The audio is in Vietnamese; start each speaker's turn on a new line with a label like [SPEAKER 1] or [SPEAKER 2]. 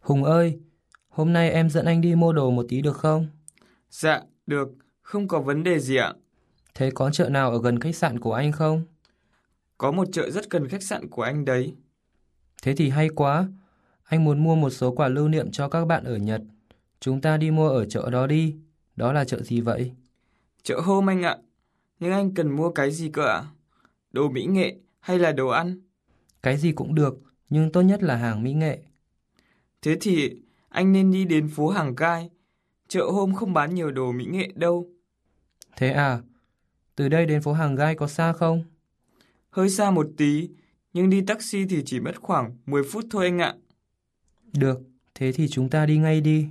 [SPEAKER 1] Hùng ơi, hôm nay em dẫn anh đi mua đồ một tí được không?
[SPEAKER 2] Dạ, được, không có vấn đề gì ạ.
[SPEAKER 1] Thế có chợ nào ở gần khách sạn của anh không?
[SPEAKER 2] Có một chợ rất gần khách sạn của anh đấy.
[SPEAKER 1] Thế thì hay quá. Anh muốn mua một số quà lưu niệm cho các bạn ở Nhật. Chúng ta đi mua ở chợ đó đi. Đó là chợ gì vậy?
[SPEAKER 2] Chợ hôm anh ạ. Nhưng anh cần mua cái gì cơ ạ? Đồ mỹ nghệ hay là đồ ăn?
[SPEAKER 1] Cái gì cũng được, nhưng tốt nhất là hàng mỹ nghệ.
[SPEAKER 2] Thế thì anh nên đi đến phố hàng cai. Chợ hôm không bán nhiều đồ mỹ nghệ đâu.
[SPEAKER 1] Thế à? Từ đây đến phố hàng gai có xa không?
[SPEAKER 2] Hơi xa một tí, nhưng đi taxi thì chỉ mất khoảng 10 phút thôi anh ạ.
[SPEAKER 1] Được, thế thì chúng ta đi ngay đi.